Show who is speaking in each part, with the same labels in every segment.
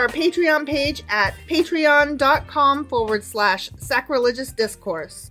Speaker 1: our Patreon page at patreon.com forward slash sacrilegious discourse.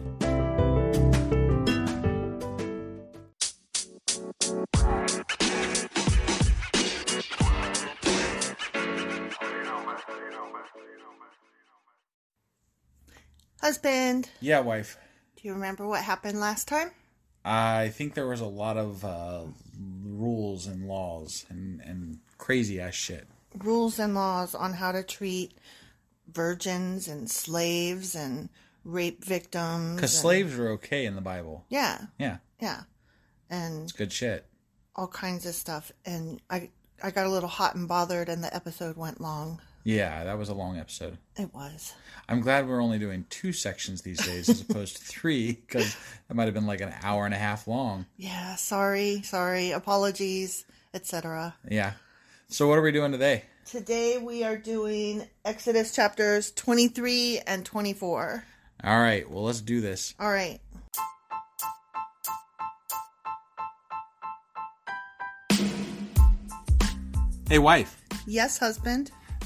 Speaker 1: Husband,
Speaker 2: Yeah, wife.
Speaker 1: do you remember what happened last time?
Speaker 2: I think there was a lot of uh, rules and laws and, and crazy ass shit.
Speaker 1: Rules and laws on how to treat virgins and slaves and rape victims.
Speaker 2: Because
Speaker 1: and-
Speaker 2: slaves were okay in the Bible.
Speaker 1: Yeah,
Speaker 2: Yeah,
Speaker 1: yeah. And
Speaker 2: it's good shit.
Speaker 1: all kinds of stuff and I I got a little hot and bothered and the episode went long.
Speaker 2: Yeah, that was a long episode.
Speaker 1: It was.
Speaker 2: I'm glad we're only doing two sections these days as opposed to three because that might have been like an hour and a half long.
Speaker 1: Yeah, sorry, sorry, apologies, etc.
Speaker 2: Yeah. So what are we doing today?
Speaker 1: Today we are doing Exodus chapters 23 and 24.
Speaker 2: All right. Well, let's do this.
Speaker 1: All right.
Speaker 2: Hey, wife.
Speaker 1: Yes, husband.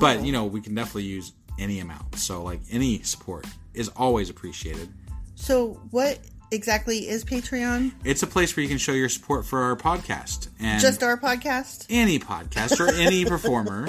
Speaker 2: But you know we can definitely use any amount, so like any support is always appreciated.
Speaker 1: So, what exactly is Patreon?
Speaker 2: It's a place where you can show your support for our podcast and
Speaker 1: Just our podcast?
Speaker 2: any podcast or any performer.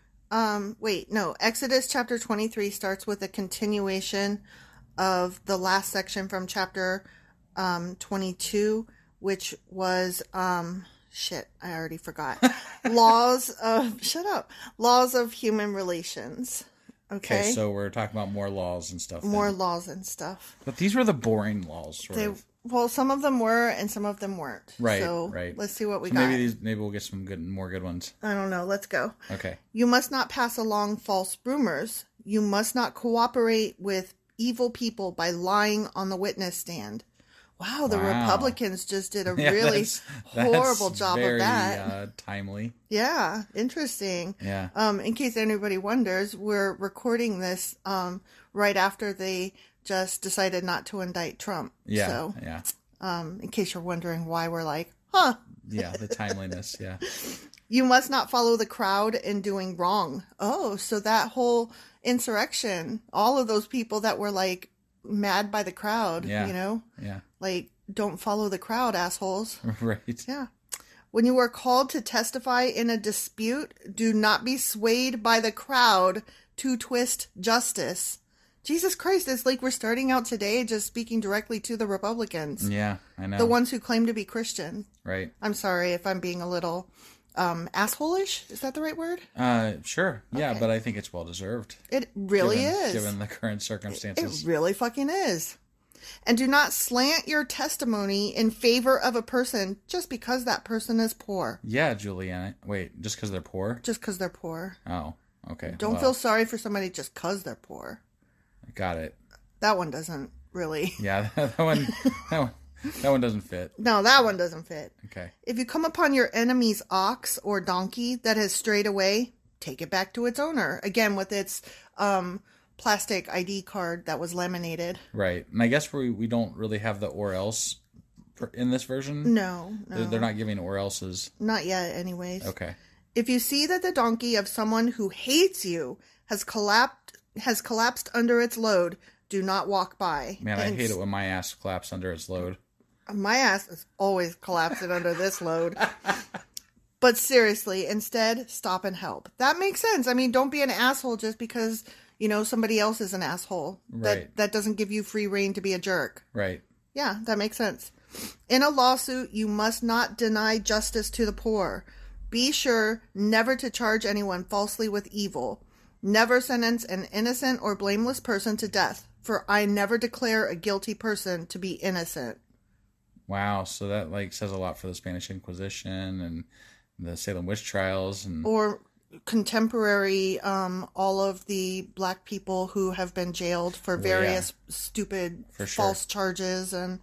Speaker 1: um wait, no. Exodus chapter 23 starts with a continuation of the last section from chapter um 22 which was um shit, I already forgot. laws of shut up. Laws of human relations. Okay.
Speaker 2: we're talking about more laws and stuff.
Speaker 1: more laws and stuff.
Speaker 2: but these were the boring laws. Sort
Speaker 1: They well, some of them were and some of them weren't.
Speaker 2: Right,
Speaker 1: So
Speaker 2: right.
Speaker 1: let's see what we
Speaker 2: So
Speaker 1: got.
Speaker 2: maybe these maybe we'll get some good more good ones.
Speaker 1: I don't know. Let's go.
Speaker 2: Okay.
Speaker 1: You must not pass along false rumors. You must not cooperate with evil people by lying on the witness stand. Wow, the
Speaker 2: Wow.
Speaker 1: Republicans just did a
Speaker 2: Yeah,
Speaker 1: really
Speaker 2: that's- that's
Speaker 1: horrible job
Speaker 2: very,
Speaker 1: of that.
Speaker 2: Uh, timely.
Speaker 1: Yeah, interesting.
Speaker 2: Yeah.
Speaker 1: Um, in case anybody wonders, we're recording this um, right after they just decided not to indict Trump.
Speaker 2: Yeah.
Speaker 1: So,
Speaker 2: Yeah.
Speaker 1: um, in case you're wondering why we're like, huh,
Speaker 2: Yeah. The timeliness. Yeah.
Speaker 1: you must not follow the crowd in doing wrong. Oh, so that whole insurrection, all of those people that were like mad by the crowd,
Speaker 2: Yeah.
Speaker 1: you know,
Speaker 2: Yeah.
Speaker 1: like don't follow the crowd, assholes.
Speaker 2: Right.
Speaker 1: Yeah. When you are called to testify in a dispute, do not be swayed by the crowd to twist justice. Jesus Christ, it's like we're starting out today just speaking directly to the Republicans,
Speaker 2: Yeah. I know.
Speaker 1: the ones who claim to be Christian.
Speaker 2: Right.
Speaker 1: I'm sorry if I'm being a little um asshole-ish. Is that the right word?
Speaker 2: Uh, sure. Yeah,
Speaker 1: Okay.
Speaker 2: but I think it's well deserved.
Speaker 1: It really
Speaker 2: given,
Speaker 1: is.
Speaker 2: Given the current
Speaker 1: it
Speaker 2: circumstances.
Speaker 1: really fucking is. And do not slant your testimony in favor of a person just because that person is poor.
Speaker 2: yeah, Juliana. Wait, just because they're poor?
Speaker 1: Just because they're poor.
Speaker 2: Oh, okay.
Speaker 1: Don't
Speaker 2: well,
Speaker 1: feel sorry for somebody just because they're poor.
Speaker 2: Got it.
Speaker 1: That one doesn't really.
Speaker 2: Yeah, that one. that one. That one doesn't fit.
Speaker 1: No, that one doesn't fit.
Speaker 2: Okay.
Speaker 1: If you come upon your enemy's ox or donkey that has strayed away, take it back to its owner. Again, with its um, plastic ID card that was laminated.
Speaker 2: Right. And I guess we we don't really have the or else per- in this version.
Speaker 1: No, no.
Speaker 2: They're, they're not giving or else's.
Speaker 1: Not yet, anyways.
Speaker 2: Okay.
Speaker 1: If you see that the donkey of someone who hates you has collapsed has collapsed under its load, do not walk by.
Speaker 2: Man, I
Speaker 1: And
Speaker 2: hate it when my ass claps under its load.
Speaker 1: My ass is always collapsing under this load. But seriously, instead, stop and help. That makes sense. I mean, don't be an asshole just because, you know, somebody else is an asshole.
Speaker 2: Right.
Speaker 1: That that doesn't give you free reign to be a jerk.
Speaker 2: Right.
Speaker 1: Yeah, that makes sense. In a lawsuit, you must not deny justice to the poor. Be sure never to charge anyone falsely with evil. Never sentence an innocent or blameless person to death, for I never declare a guilty person to be innocent.
Speaker 2: Wow, so that like says a lot for the Spanish Inquisition and the Salem witch trials and
Speaker 1: or contemporary um all of the black people who have been jailed for
Speaker 2: yeah.
Speaker 1: various stupid
Speaker 2: For sure.
Speaker 1: false charges and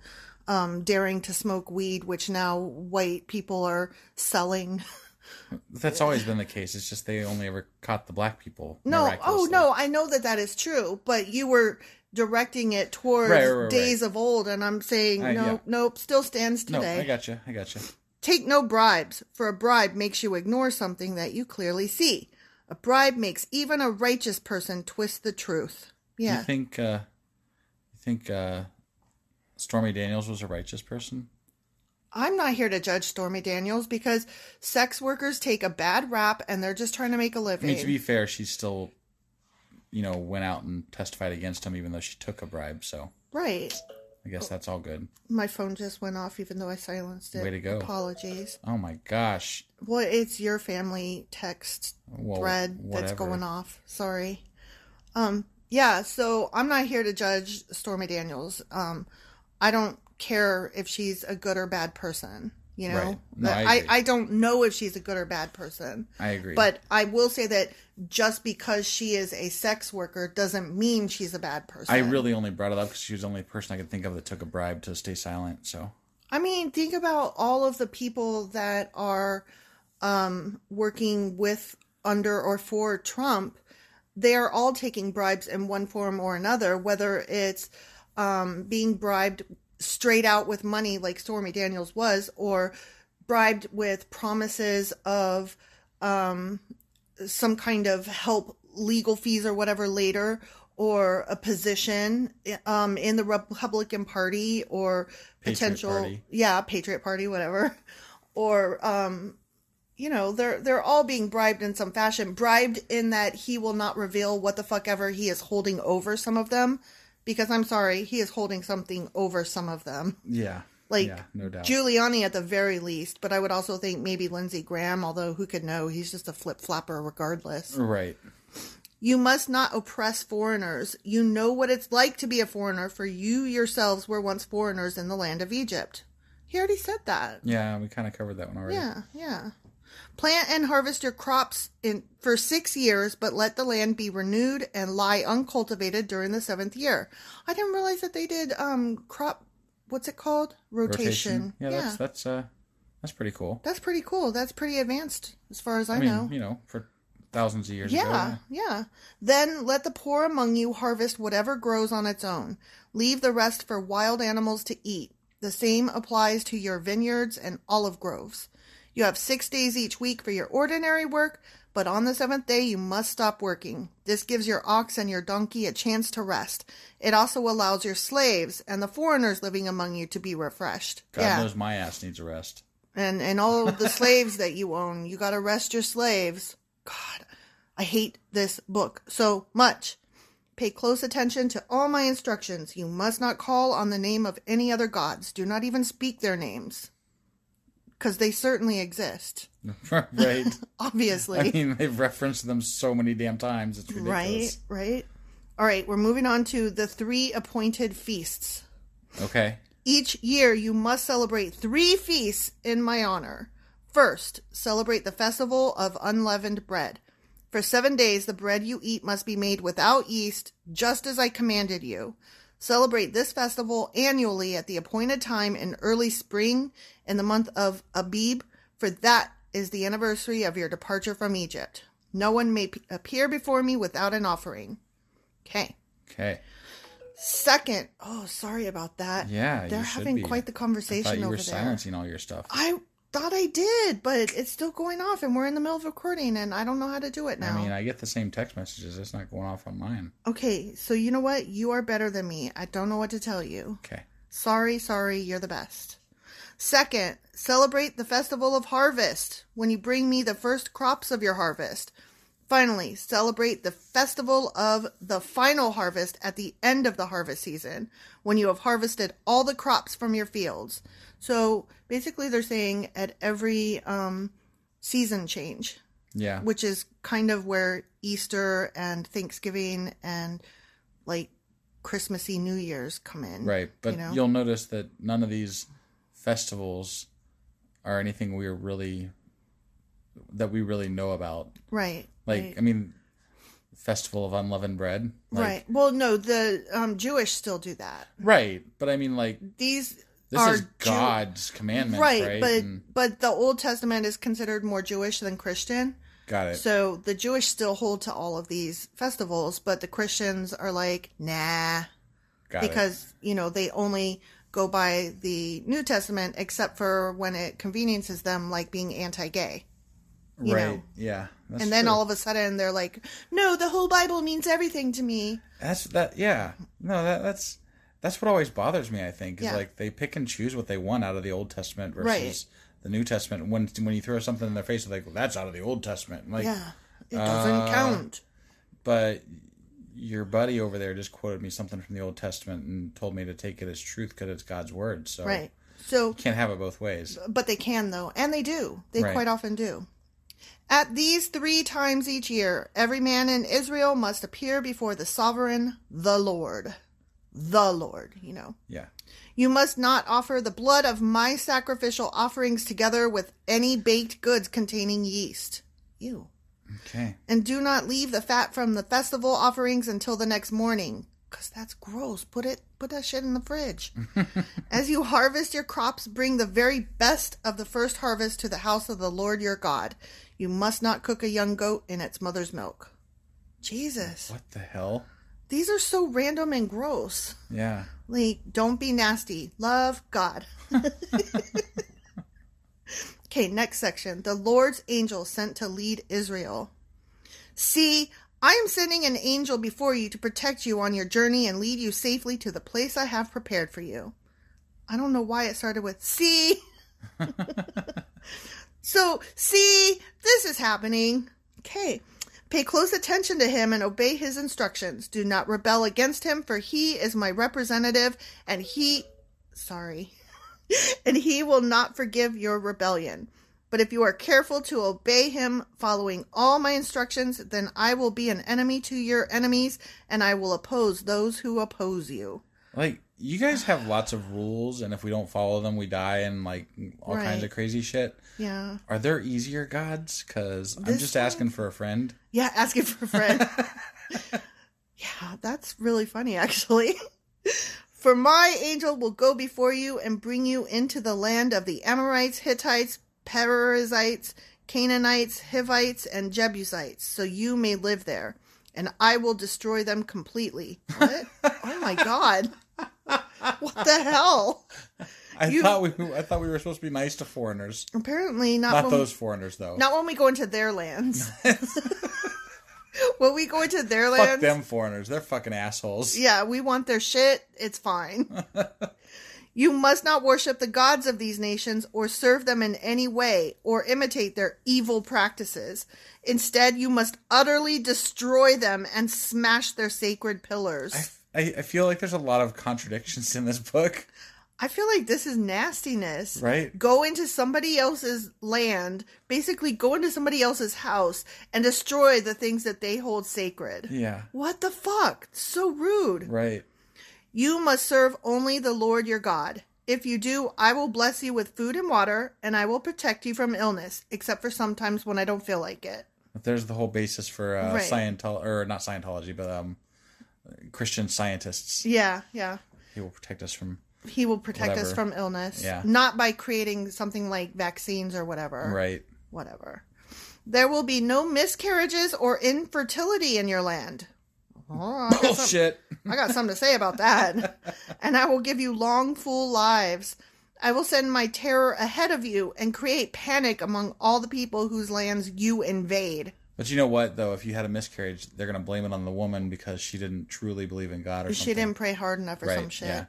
Speaker 1: um daring to smoke weed which now white people are selling
Speaker 2: that's always been the case. It's just they only ever caught the black people.
Speaker 1: no oh
Speaker 2: miraculously.
Speaker 1: no i know that that is true but you were directing it towards
Speaker 2: Right, right, right,
Speaker 1: days of old and i'm saying
Speaker 2: Uh,
Speaker 1: no
Speaker 2: yeah.
Speaker 1: nope still stands
Speaker 2: No,
Speaker 1: today
Speaker 2: I gotcha. I gotcha.
Speaker 1: Take no bribes, for a bribe makes you ignore something that you clearly see. A bribe makes even a righteous person twist the truth.
Speaker 2: Do
Speaker 1: Yeah.
Speaker 2: you think uh you think uh Stormy Daniels was a righteous person?
Speaker 1: I'm not here to judge Stormy Daniels because sex workers take a bad rap and they're just trying to make a
Speaker 2: I
Speaker 1: living.
Speaker 2: mean, to be fair, she still, you know, went out and testified against him, even though she took a bribe. So
Speaker 1: right.
Speaker 2: I
Speaker 1: Oh.
Speaker 2: guess that's all good.
Speaker 1: My phone just went off even though I silenced it.
Speaker 2: Way to go.
Speaker 1: Apologies.
Speaker 2: Oh my gosh.
Speaker 1: Well, it's your family text
Speaker 2: Well,
Speaker 1: thread that's
Speaker 2: whatever.
Speaker 1: going off. Sorry. Um yeah, so I'm not here to judge Stormy Daniels. Um I don't care if she's a good or bad person, you know.
Speaker 2: Right. No,
Speaker 1: That-
Speaker 2: I agree.
Speaker 1: I don't know if she's a good or bad person.
Speaker 2: I agree.
Speaker 1: But I will say that just because she is a sex worker doesn't mean she's a bad person.
Speaker 2: I really only brought it up because she was the only person I could think of that took a bribe to stay silent. So
Speaker 1: I mean, think about all of the people that are um, working with, under, or for Trump. They are all taking bribes in one form or another, whether it's um, being bribed straight out with money, like Stormy Daniels was, or bribed with promises of um, some kind of help, legal fees, or whatever later. Or a position um, in the Republican Party, or
Speaker 2: Patriot
Speaker 1: potential,
Speaker 2: Party.
Speaker 1: yeah, Patriot Party, whatever, or um, you know, they're they're all being bribed in some fashion. Bribed in that he will not reveal what the fuck ever he is holding over some of them, because I'm sorry, he is holding something over some of them.
Speaker 2: yeah,
Speaker 1: Like
Speaker 2: yeah, no doubt.
Speaker 1: Giuliani at the very least, but I would also think maybe Lindsey Graham, although who could know? He's just a flip flopper regardless.
Speaker 2: right.
Speaker 1: You must not oppress foreigners. You know what it's like to be a foreigner, for you yourselves were once foreigners in the land of Egypt. He already said that.
Speaker 2: Yeah, we kind of covered that one already.
Speaker 1: Yeah, yeah. Plant and harvest your crops in for six years, but let the land be renewed and lie uncultivated during the seventh year. I didn't realize that they did um crop. What's it called? Rotation.
Speaker 2: Yeah, that's that's uh, that's pretty cool.
Speaker 1: That's pretty cool. That's pretty advanced as far as I,
Speaker 2: I, mean,
Speaker 1: know.
Speaker 2: you know, for thousands of years ago.
Speaker 1: Yeah, yeah. Then let the poor among you harvest whatever grows on its own. Leave the rest for wild animals to eat. The same applies to your vineyards and olive groves. You have six days each week for your ordinary work, but on the seventh day you must stop working. This gives your ox and your donkey a chance to rest. It also allows your slaves and the foreigners living among you to be refreshed.
Speaker 2: God
Speaker 1: yeah.
Speaker 2: knows my ass needs a rest.
Speaker 1: and and all of the slaves that you own. You got to rest your slaves. God, I hate this book so much. Pay close attention to all my instructions. You must not call on the name of any other gods. Do not even speak their names. Because they certainly exist,
Speaker 2: right.
Speaker 1: obviously.
Speaker 2: I mean, they've referenced them so many damn times. It's
Speaker 1: right,
Speaker 2: ridiculous.
Speaker 1: right. All right, we're moving on to the three appointed feasts.
Speaker 2: Right. Okay.
Speaker 1: Each year, you must celebrate three feasts in my honor. First, celebrate the festival of unleavened bread. For seven days, the bread you eat must be made without yeast, just as I commanded you. Celebrate this festival annually at the appointed time in early spring in the month of Abib, for that is the anniversary of your departure from Egypt. No one may p- appear before me without an offering. Okay.
Speaker 2: Okay.
Speaker 1: Second, oh, sorry about that.
Speaker 2: Yeah, you
Speaker 1: they're
Speaker 2: should
Speaker 1: having
Speaker 2: be.
Speaker 1: quite the
Speaker 2: I
Speaker 1: conversation
Speaker 2: thought you
Speaker 1: over
Speaker 2: were
Speaker 1: there.
Speaker 2: silencing all your stuff.
Speaker 1: I thought I did, but it's still going off, and we're in the middle of recording, and I don't know how to do it now.
Speaker 2: I mean, I get the same text messages. It's not going off on mine.
Speaker 1: okay, so you know what? You are better than me. I don't know what to tell you.
Speaker 2: Okay.
Speaker 1: Sorry, sorry, you're the best. Second, celebrate the festival of harvest when you bring me the first crops of your harvest. Finally, celebrate the festival of the final harvest at the end of the harvest season when you have harvested all the crops from your fields. So basically, they're saying at every um, season change,
Speaker 2: Yeah.
Speaker 1: which is kind of where Easter and Thanksgiving and like Christmassy New Year's come in.
Speaker 2: Right, but
Speaker 1: know?
Speaker 2: you'll notice that none of these festivals are anything we're really that we really know about.
Speaker 1: Right.
Speaker 2: Like,
Speaker 1: right.
Speaker 2: I mean, Festival of Unleavened Bread. Like,
Speaker 1: right. Well, no, the um, Jewish still do that.
Speaker 2: Right, but I mean, like,
Speaker 1: These
Speaker 2: this
Speaker 1: are
Speaker 2: is God's
Speaker 1: Jew-
Speaker 2: commandment,
Speaker 1: right,
Speaker 2: right? Mm.
Speaker 1: but
Speaker 2: And-
Speaker 1: but the Old Testament is considered more Jewish than Christian.
Speaker 2: got it.
Speaker 1: So the Jewish still hold to all of these festivals, but the Christians are like, nah,
Speaker 2: got it.
Speaker 1: because you know they only go by the New Testament, except for when it conveniences them, like being anti-gay. you
Speaker 2: right,
Speaker 1: know.
Speaker 2: yeah. That's
Speaker 1: and then
Speaker 2: true.
Speaker 1: all of a sudden they're like, no, the whole Bible means everything to me.
Speaker 2: that's that. Yeah, no, that that's That's what always bothers me. I think is
Speaker 1: Yeah.
Speaker 2: like they pick and choose what they want out of the Old Testament versus
Speaker 1: Right.
Speaker 2: the New Testament. When when you throw something in their face, they're like well, that's out of the Old Testament. Like,
Speaker 1: yeah, it doesn't
Speaker 2: Uh,
Speaker 1: count.
Speaker 2: but your buddy over there just quoted me something from the Old Testament and told me to take it as truth because it's God's word. So
Speaker 1: Right. So,
Speaker 2: can't have it both ways.
Speaker 1: but they can though, and they do. They
Speaker 2: Right.
Speaker 1: quite often do. At these three times each year, every man in Israel must appear before the sovereign, the Lord, the Lord. You know.
Speaker 2: Yeah.
Speaker 1: You must not offer the blood of my sacrificial offerings together with any baked goods containing yeast. Ew.
Speaker 2: Okay.
Speaker 1: And do not leave the fat from the festival offerings until the next morning. 'Cause that's gross. Put it put that shit in the fridge. As you harvest your crops, bring the very best of the first harvest to the house of the Lord your God. You must not cook a young goat in its mother's milk. Jesus.
Speaker 2: What the hell?
Speaker 1: These are so random and gross.
Speaker 2: Yeah.
Speaker 1: Like, don't be nasty. Love God. okay, next section. The Lord's angel sent to lead Israel. See, I am sending an angel before you to protect you on your journey and lead you safely to the place I have prepared for you. I don't know why it started with see. so, see, this is happening. Okay. Pay close attention to him and obey his instructions. Do not rebel against him, for he is my representative, and he. Sorry. and he will not forgive your rebellion. But if you are careful to obey him, following all my instructions, then I will be an enemy to your enemies, and I will oppose those who oppose you.
Speaker 2: Like you guys have lots of rules, and if we don't follow them, we die and like all kinds
Speaker 1: Right.
Speaker 2: of crazy shit.
Speaker 1: Yeah.
Speaker 2: Are there easier gods? Because I'm
Speaker 1: This
Speaker 2: just
Speaker 1: one-
Speaker 2: asking for a friend.
Speaker 1: Yeah, asking for a friend. yeah, that's really funny, actually. For my angel will go before you and bring you into the land of the Amorites, Hittites, Perizzites, Canaanites, Hivites, and Jebusites, so you may live there. And I will destroy them completely. What? oh my god. What the hell?
Speaker 2: I
Speaker 1: You-
Speaker 2: thought we I thought we were supposed to be nice to foreigners,
Speaker 1: Apparently not,
Speaker 2: not
Speaker 1: when-
Speaker 2: those foreigners though.
Speaker 1: not when we go into their lands. when we go into their
Speaker 2: Fuck
Speaker 1: lands.
Speaker 2: them foreigners. They're fucking assholes.
Speaker 1: Yeah, we want their shit. It's fine. you must not worship the gods of these nations or serve them in any way or imitate their evil practices. Instead, you must utterly destroy them and smash their sacred pillars.
Speaker 2: I, I, I feel like there's a lot of contradictions in this book,
Speaker 1: I feel like this is nastiness.
Speaker 2: right?
Speaker 1: Go into somebody else's land, basically go into somebody else's house and destroy the things that they hold sacred.
Speaker 2: Yeah.
Speaker 1: What the fuck? So rude.
Speaker 2: Right.
Speaker 1: You must serve only the Lord your God. If you do, I will bless you with food and water, and I will protect you from illness, except for sometimes when I don't feel like it.
Speaker 2: But there's the whole basis for uh,
Speaker 1: Right.
Speaker 2: Scientology, or not Scientology, but um, Christian scientists.
Speaker 1: Yeah, yeah.
Speaker 2: He will protect us from.
Speaker 1: He will protect us
Speaker 2: Whatever.
Speaker 1: from illness.
Speaker 2: Yeah.
Speaker 1: Not by creating something like vaccines or whatever.
Speaker 2: Right.
Speaker 1: Whatever. There will be no miscarriages or infertility in your land. Oh, I got some-
Speaker 2: Bullshit.
Speaker 1: I got something to say about that. And I will give you long, full lives. I will send my terror ahead of you and create panic among all the people whose lands you invade.
Speaker 2: But you know what, though? If you had a miscarriage, they're going to blame it on the woman because she didn't truly believe in God or something.
Speaker 1: She didn't pray hard enough or
Speaker 2: Right,
Speaker 1: some shit.
Speaker 2: yeah.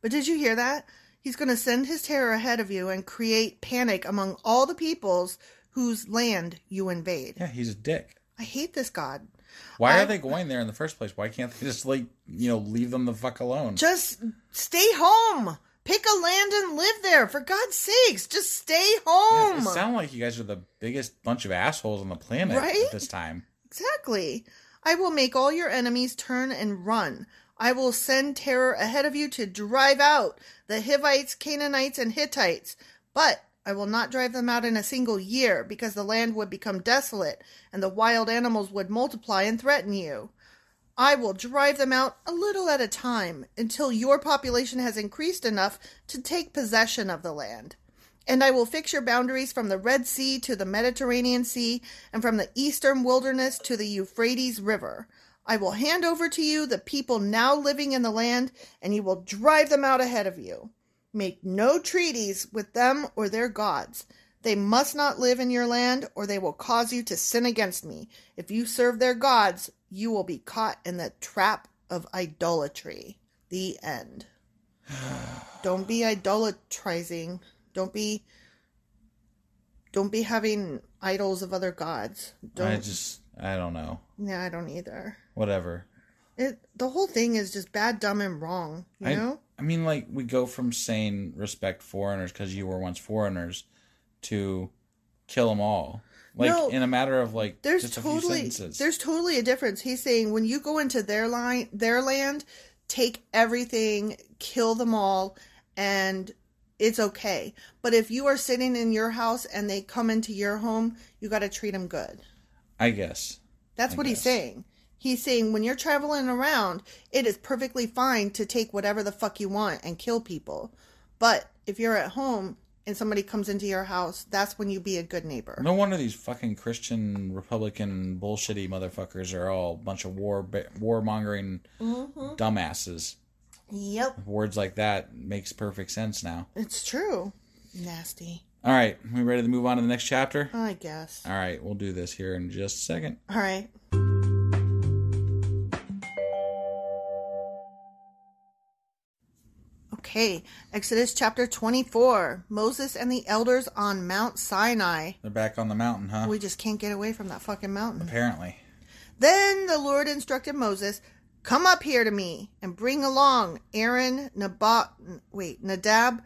Speaker 1: But did you hear that? He's going to send his terror ahead of you and create panic among all the peoples whose land you invade.
Speaker 2: Yeah, he's a dick.
Speaker 1: I hate this God.
Speaker 2: Why
Speaker 1: I-
Speaker 2: are they going there in the first place? Why can't they just, like, you know, leave them the fuck alone?
Speaker 1: Just stay home. Pick a land and live there. For God's sakes, just stay home.
Speaker 2: It sounds like you guys are the biggest bunch of assholes on the planet
Speaker 1: Right?
Speaker 2: at this time.
Speaker 1: Exactly. I will make all your enemies turn and run. I will send terror ahead of you to drive out the Hivites, Canaanites, and Hittites. But I will not drive them out in a single year, because the land would become desolate, and the wild animals would multiply and threaten you. I will drive them out a little at a time until your population has increased enough to take possession of the land. And I will fix your boundaries from the Red Sea to the Mediterranean Sea, and from the eastern wilderness to the Euphrates River. I will hand over to you the people now living in the land, and you will drive them out ahead of you. Make no treaties with them or their gods. They must not live in your land, or they will cause you to sin against me. If you serve their gods, you will be caught in the trap of idolatry. The end. Don't be idolatrizing. Don't be. Don't be having idols of other gods. Don't.
Speaker 2: I just, I don't know.
Speaker 1: yeah, I don't either.
Speaker 2: Whatever.
Speaker 1: It the whole thing is just bad, dumb, and wrong. You
Speaker 2: I,
Speaker 1: know.
Speaker 2: I mean, like we go from saying respect foreigners because you were once foreigners to kill them all, like
Speaker 1: No.
Speaker 2: in a matter of like
Speaker 1: There's
Speaker 2: just a few
Speaker 1: totally
Speaker 2: sentences.
Speaker 1: there's totally a difference. He's saying when you go into their line their land, take everything, kill them all, and it's okay. But if you are sitting in your house and they come into your home, you got to treat them good.
Speaker 2: I guess.
Speaker 1: That's
Speaker 2: I
Speaker 1: what he's
Speaker 2: guess.
Speaker 1: saying. He's saying when you're traveling around, it is perfectly fine to take whatever the fuck you want and kill people. But if you're at home and somebody comes into your house, that's when you be a good neighbor.
Speaker 2: No wonder these fucking Christian Republican bullshitty motherfuckers are all a bunch of war warmongering
Speaker 1: Mm-hmm.
Speaker 2: dumbasses.
Speaker 1: Yep.
Speaker 2: Words like that makes perfect sense now.
Speaker 1: It's true. Nasty.
Speaker 2: All right, we ready to move on to the next chapter?
Speaker 1: I guess.
Speaker 2: All right, we'll do this here in just a second.
Speaker 1: All right. Okay, Exodus chapter 24 Moses and the elders on Mount Sinai.
Speaker 2: They're back on the mountain, huh?
Speaker 1: We just can't get away from that fucking mountain.
Speaker 2: Apparently.
Speaker 1: Then the Lord instructed Moses, "Come up here to me and bring along Aaron, Nabat, wait, Nadab,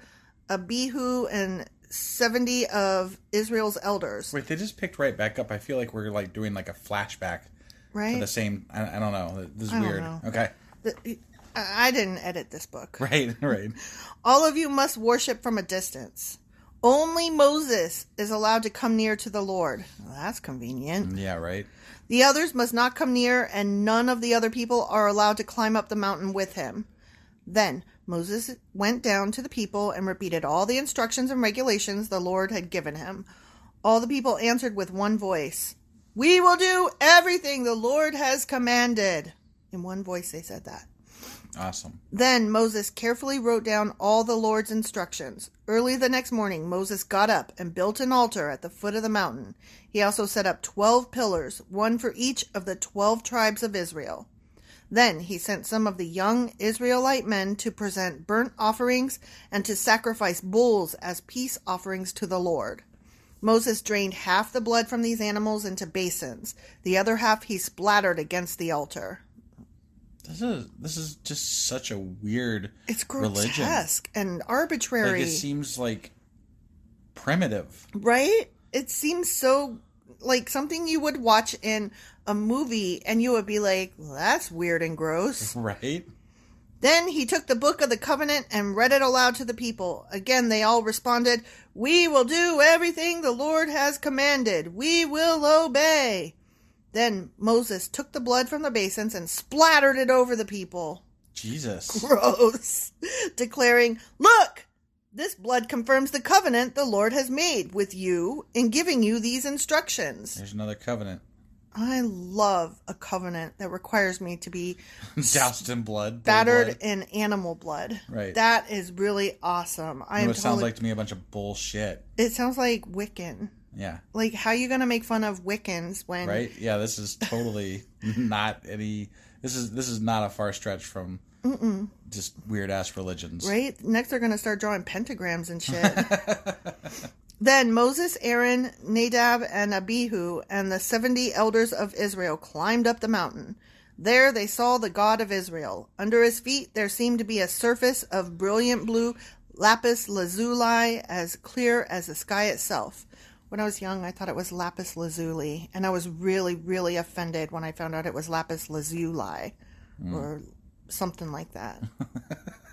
Speaker 1: Abihu, and seventy of Israel's elders."
Speaker 2: Wait, they just picked right back up. I feel like we're like doing like a flashback to
Speaker 1: Right?
Speaker 2: the same. I, I don't know. This is
Speaker 1: I don't
Speaker 2: weird.
Speaker 1: know.
Speaker 2: Okay.
Speaker 1: The- I I didn't edit this book.
Speaker 2: Right. Right.
Speaker 1: All of you must worship from a distance. Only Moses is allowed to come near to the Lord. Well, that's convenient.
Speaker 2: Yeah. Right.
Speaker 1: The others must not come near, and none of the other people are allowed to climb up the mountain with him. Then Moses went down to the people and repeated all the instructions and regulations the Lord had given him. All the people answered with one voice We will do everything the Lord has commanded. In one voice, they said that.
Speaker 2: Awesome.
Speaker 1: Then Moses carefully wrote down all the Lord's instructions. Early the next morning, Moses got up and built an altar at the foot of the mountain. He also set up twelve pillars, one for each of the twelve tribes of Israel. Then he sent some of the young Israelite men to present burnt offerings and to sacrifice bulls as peace offerings to the Lord. Moses drained half the blood from these animals into basins, the other half he splattered against the altar.
Speaker 2: This is this is just such a weird.
Speaker 1: It's
Speaker 2: religion.
Speaker 1: grotesque and
Speaker 2: Like
Speaker 1: arbitrary,
Speaker 2: it seems like primitive.
Speaker 1: right? It seems so like something you would watch in a movie and you would be like, well, that's weird and
Speaker 2: Mm-hmm.
Speaker 1: gross.
Speaker 2: Right.
Speaker 1: then he took the book of the covenant and read it aloud to the people. Again, they all responded, We will do everything the Lord has commanded. We will obey. Then Moses took the blood from the basins and splattered it over the people.
Speaker 2: Jesus.
Speaker 1: gross, declaring, Look, this blood confirms the covenant the Lord has made with you in giving you these instructions.
Speaker 2: There's another covenant.
Speaker 1: I love a covenant that requires me to be
Speaker 2: Doused in blood. their
Speaker 1: battered
Speaker 2: blood.
Speaker 1: in animal blood.
Speaker 2: Right.
Speaker 1: That is really awesome.
Speaker 2: You
Speaker 1: I
Speaker 2: know
Speaker 1: am
Speaker 2: what it sounds
Speaker 1: totally-
Speaker 2: like to me? A bunch of bullshit.
Speaker 1: It sounds like Wiccan.
Speaker 2: Yeah.
Speaker 1: Like, how you going to make fun of Wiccans when.
Speaker 2: Right. Yeah. This is totally not any. This is this is not a far stretch from just weird ass religions.
Speaker 1: Right? Next, they're going to start drawing pentagrams and shit. then Moses, Aaron, Nadab, and Abihu, and the 70 elders of Israel climbed up the mountain. There they saw the God of Israel. Under his feet there seemed to be a surface of brilliant blue lapis lazuli, as clear as the sky itself. When I was young, I thought it was lapis lazuli, and I was really, really offended when I found out it was lapis lazuli or something like that.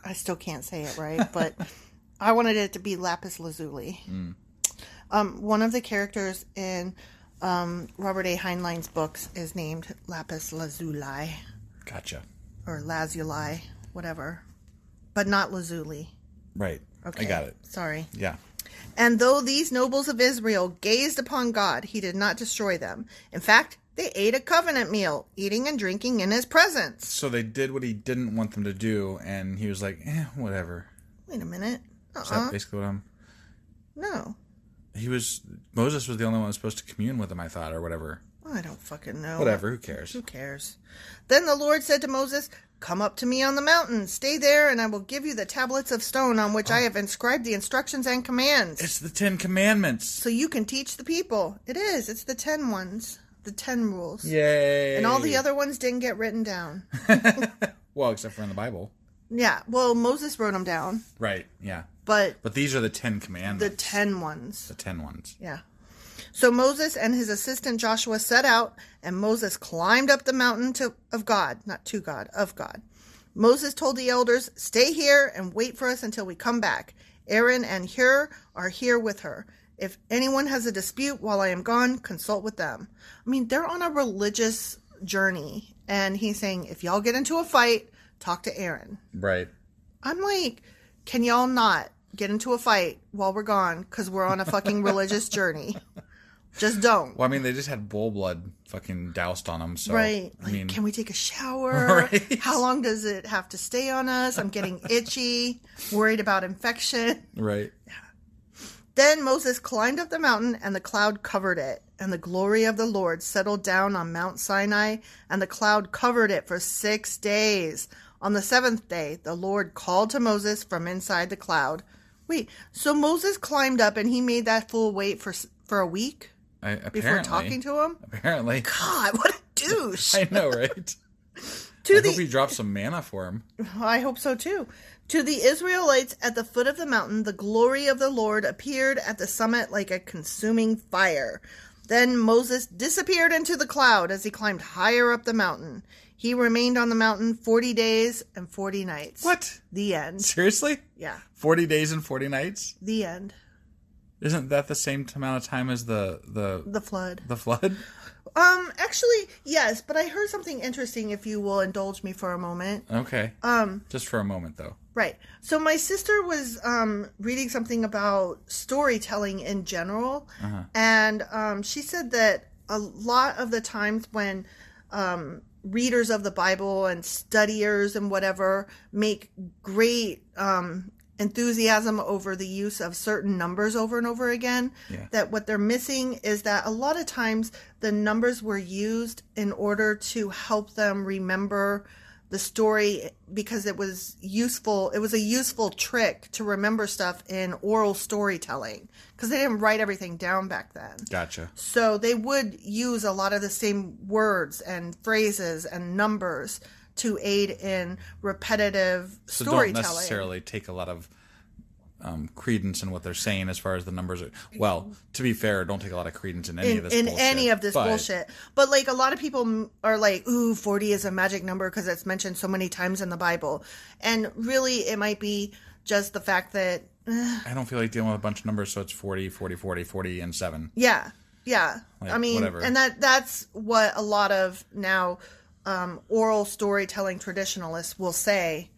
Speaker 1: I still can't say it right, but I wanted it to be lapis lazuli. Um, one of the characters in um, Robert A. Heinlein's books is named lapis lazuli
Speaker 2: Gotcha.
Speaker 1: or lazuli, whatever, but not lazuli.
Speaker 2: Right.
Speaker 1: Okay,
Speaker 2: I got it.
Speaker 1: Sorry.
Speaker 2: Yeah.
Speaker 1: And though these nobles of Israel gazed upon God, he did not destroy them. In fact, they ate a covenant meal, eating and drinking in his presence.
Speaker 2: So they did what he didn't want them to do, and he was like, eh, whatever.
Speaker 1: Wait a minute.
Speaker 2: Is
Speaker 1: Uh-uh.
Speaker 2: that basically what I'm?
Speaker 1: No.
Speaker 2: He was Moses was the only one supposed to commune with him, I thought, or whatever.
Speaker 1: I don't fucking know.
Speaker 2: Whatever. Who cares?
Speaker 1: Who cares? Then the Lord said to Moses, Come up to me on the mountain, stay there, and I will give you the tablets of stone on which I have inscribed the instructions and commands.
Speaker 2: It's the Ten Commandments.
Speaker 1: so you can teach the people. It is. It's the ten ones, the ten rules.
Speaker 2: Yay.
Speaker 1: And all the other ones didn't get written down.
Speaker 2: Well, except for in the Bible.
Speaker 1: yeah. Well, Moses wrote them down,
Speaker 2: Right, yeah.
Speaker 1: but
Speaker 2: But these are the Ten
Speaker 1: the
Speaker 2: Commandments.
Speaker 1: ten ones.
Speaker 2: the Ten ones.
Speaker 1: Yeah. So Moses and his assistant Joshua set out, and Moses climbed up the mountain to, of God, not to God, of God. Moses told the elders, Stay here and wait for us until we come back. Aaron and Hur are here with her. If anyone has a dispute while I am gone, consult with them. I mean, they're on a religious journey, and he's saying, If y'all get into a fight, talk to Aaron.
Speaker 2: Right.
Speaker 1: I'm like, can y'all not get into a fight while we're gone because we're on a fucking religious journey? Just don't.
Speaker 2: Well, I mean, they just had bull blood fucking doused on them, so.
Speaker 1: right.
Speaker 2: I
Speaker 1: Like,
Speaker 2: mean,
Speaker 1: can we take a shower?
Speaker 2: Right.
Speaker 1: How long does it have to stay on us? I'm getting itchy, worried about infection.
Speaker 2: right.
Speaker 1: Then Moses climbed up the mountain, and the cloud covered it. And the glory of the Lord settled down on Mount Sinai, and the cloud covered it for six days. On the seventh day, the Lord called to Moses from inside the cloud. Wait, so Moses climbed up, and he made that fool wait for s- for a week
Speaker 2: I, apparently.
Speaker 1: before talking to him.
Speaker 2: Apparently.
Speaker 1: God, what a douche!
Speaker 2: I know, right?
Speaker 1: to
Speaker 2: I
Speaker 1: the
Speaker 2: hope he dropped some mana for him.
Speaker 1: I hope so too. To the Israelites at the foot of the mountain, the glory of the Lord appeared at the summit like a consuming fire. Then Moses disappeared into the cloud as he climbed higher up the mountain. He remained on the mountain 40 days and 40 nights.
Speaker 2: What?
Speaker 1: The end.
Speaker 2: Seriously?
Speaker 1: Yeah,
Speaker 2: 40 days and 40 nights?
Speaker 1: the end.
Speaker 2: Isn't that the same amount of time as the the
Speaker 1: The flood.
Speaker 2: the flood?
Speaker 1: Um actually, yes, but I heard something interesting if you will indulge me for a moment.
Speaker 2: Okay. Um just for a moment though.
Speaker 1: Right. So my sister was um, reading something about storytelling in general, and um, she said that a lot of the times when um, readers of the Bible and studiers and whatever make great um, enthusiasm over the use of certain numbers over and over again, that what they're missing is that a lot of times the numbers were used in order to help them remember the story because it was useful. It was a useful trick to remember stuff in oral storytelling because they didn't write everything down back then.
Speaker 2: Gotcha.
Speaker 1: So they would use a lot of the same words and phrases and numbers to aid in repetitive
Speaker 2: So don't
Speaker 1: storytelling.
Speaker 2: necessarily take a lot of um, credence in what they're saying as far as the numbers are. Well, to be fair, don't take a lot of credence in any of
Speaker 1: in,
Speaker 2: this
Speaker 1: in
Speaker 2: bullshit.
Speaker 1: any of this
Speaker 2: but-
Speaker 1: bullshit. But like a lot of people m- are like, "Ooh, forty is a magic number because it's mentioned so many times in the Bible," and really, it might be just the fact that
Speaker 2: I don't feel like dealing with a bunch of numbers, so it's 40, 40, 40, 40, and 7.
Speaker 1: Yeah, yeah.
Speaker 2: Like,
Speaker 1: I mean,
Speaker 2: whatever.
Speaker 1: and that that's what a lot of now um, oral storytelling traditionalists will say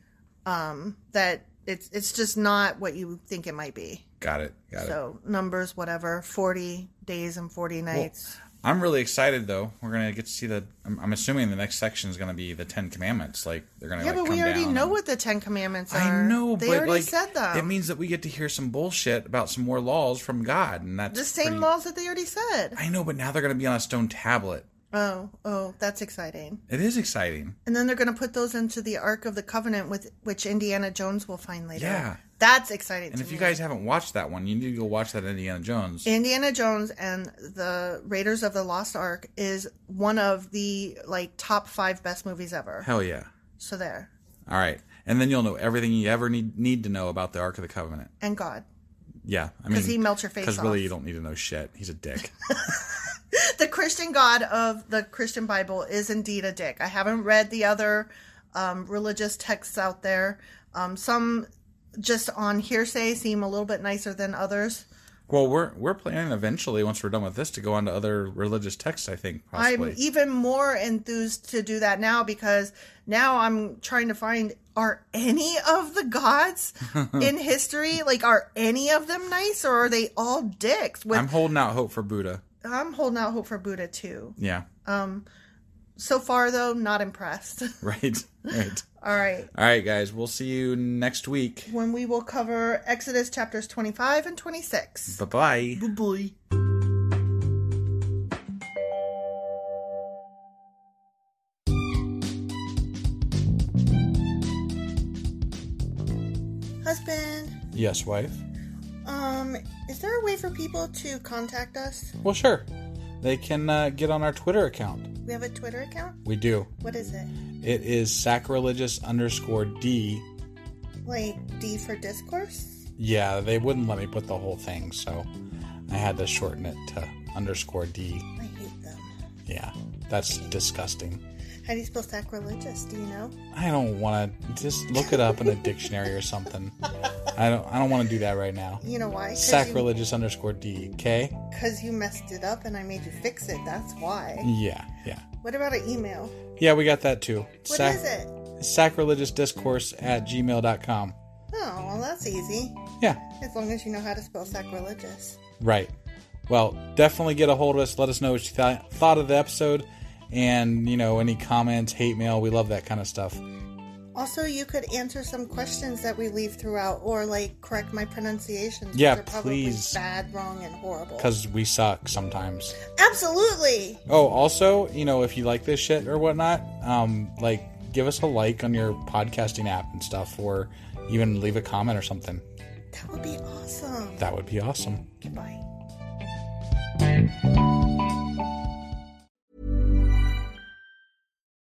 Speaker 1: um, that it's it's just not what you think it might be.
Speaker 2: Got it. Got it.
Speaker 1: So numbers, whatever, forty days and forty nights.
Speaker 2: I'm really excited though. We're gonna get to see the. I'm, I'm assuming the next section is gonna be the Ten Commandments. Like they're gonna.
Speaker 1: yeah,
Speaker 2: like,
Speaker 1: but
Speaker 2: come
Speaker 1: we already
Speaker 2: down
Speaker 1: know
Speaker 2: and-
Speaker 1: what the Ten Commandments are.
Speaker 2: I know,
Speaker 1: they
Speaker 2: but
Speaker 1: already
Speaker 2: like
Speaker 1: said them.
Speaker 2: it means that we get to hear some bullshit about some more laws from God, and that's
Speaker 1: the same
Speaker 2: pretty-
Speaker 1: laws that they already said.
Speaker 2: I know, but now they're gonna be on a stone tablet.
Speaker 1: Oh, oh, that's exciting.
Speaker 2: It is exciting.
Speaker 1: And then they're going to put those into the Ark of the Covenant, with which Indiana Jones will find later.
Speaker 2: Yeah.
Speaker 1: that's exciting.
Speaker 2: And
Speaker 1: to
Speaker 2: if you
Speaker 1: me.
Speaker 2: guys haven't watched that one, you need to go watch that Indiana Jones.
Speaker 1: Indiana Jones and the Raiders of the Lost Ark is one of the like top five best movies ever.
Speaker 2: Hell yeah!
Speaker 1: So there,
Speaker 2: All right, and then you'll know everything you ever need need to know about the Ark of the Covenant.
Speaker 1: and God,
Speaker 2: Yeah, I mean,
Speaker 1: 'Cause he melts your face
Speaker 2: Because really,
Speaker 1: off.
Speaker 2: you don't need to know shit. He's a dick.
Speaker 1: the Christian God of the Christian Bible is indeed a dick. I haven't read the other um, religious texts out there. Um, some just on hearsay seem a little bit nicer than others.
Speaker 2: Well, we're we're planning eventually once we're done with this to go on to other religious texts. I think possibly.
Speaker 1: I'm e even more enthused to do that now because now I'm trying to find are any of the gods in history like are any of them nice or are they all dicks? With
Speaker 2: I'm holding out hope for Buddha.
Speaker 1: I'm holding out hope for Buddha too.
Speaker 2: Yeah.
Speaker 1: Uh. So far though, not impressed.
Speaker 2: Right. Right.
Speaker 1: all right.
Speaker 2: All right, guys. We'll see you next week.
Speaker 1: When we will cover Exodus chapters 25 and 26.
Speaker 2: Bye bye.
Speaker 1: Bye-bye. husband,
Speaker 2: Yes, wife.
Speaker 1: um, is there a way for people to contact us?
Speaker 2: Well, sure. They can uh, get on our Twitter account.
Speaker 1: We have a Twitter account.
Speaker 2: We do.
Speaker 1: What is it?
Speaker 2: It is sacrilegious underscore D.
Speaker 1: Like D for discourse?
Speaker 2: Yeah, they wouldn't let me put the whole thing, so I had to shorten it to underscore D.
Speaker 1: I hate them.
Speaker 2: Yeah, that's disgusting.
Speaker 1: How do you spell sacrilegious? Do you know?
Speaker 2: I don't want to just look it up in a dictionary or something. I don't. I don't want to do that right now.
Speaker 1: You know why?
Speaker 2: Sacrilegious underscore D. Okay.
Speaker 1: Because you messed it up and I made you fix it. That's why.
Speaker 2: Yeah. Yeah.
Speaker 1: What about an email?
Speaker 2: Yeah, we got that too.
Speaker 1: What is it?
Speaker 2: Sacrilegious discourse at gmail.com.
Speaker 1: Oh, well, that's easy.
Speaker 2: Yeah.
Speaker 1: As long as you know how to spell sacrilegious.
Speaker 2: Right. Well, definitely get a hold of us. Let us know what you th- thought of the episode and, you know, any comments, hate mail. We love that kind of stuff.
Speaker 1: Also, you could answer some questions that we leave throughout or like correct my pronunciations.
Speaker 2: Yeah,
Speaker 1: which are probably
Speaker 2: please.
Speaker 1: Bad, wrong, and horrible.
Speaker 2: Because we suck sometimes.
Speaker 1: Absolutely.
Speaker 2: Oh, also, you know, if you like this shit or whatnot, um, like, give us a like on your podcasting app and stuff, or even leave a comment or something.
Speaker 1: That would be awesome.
Speaker 2: That would be awesome.
Speaker 1: Goodbye.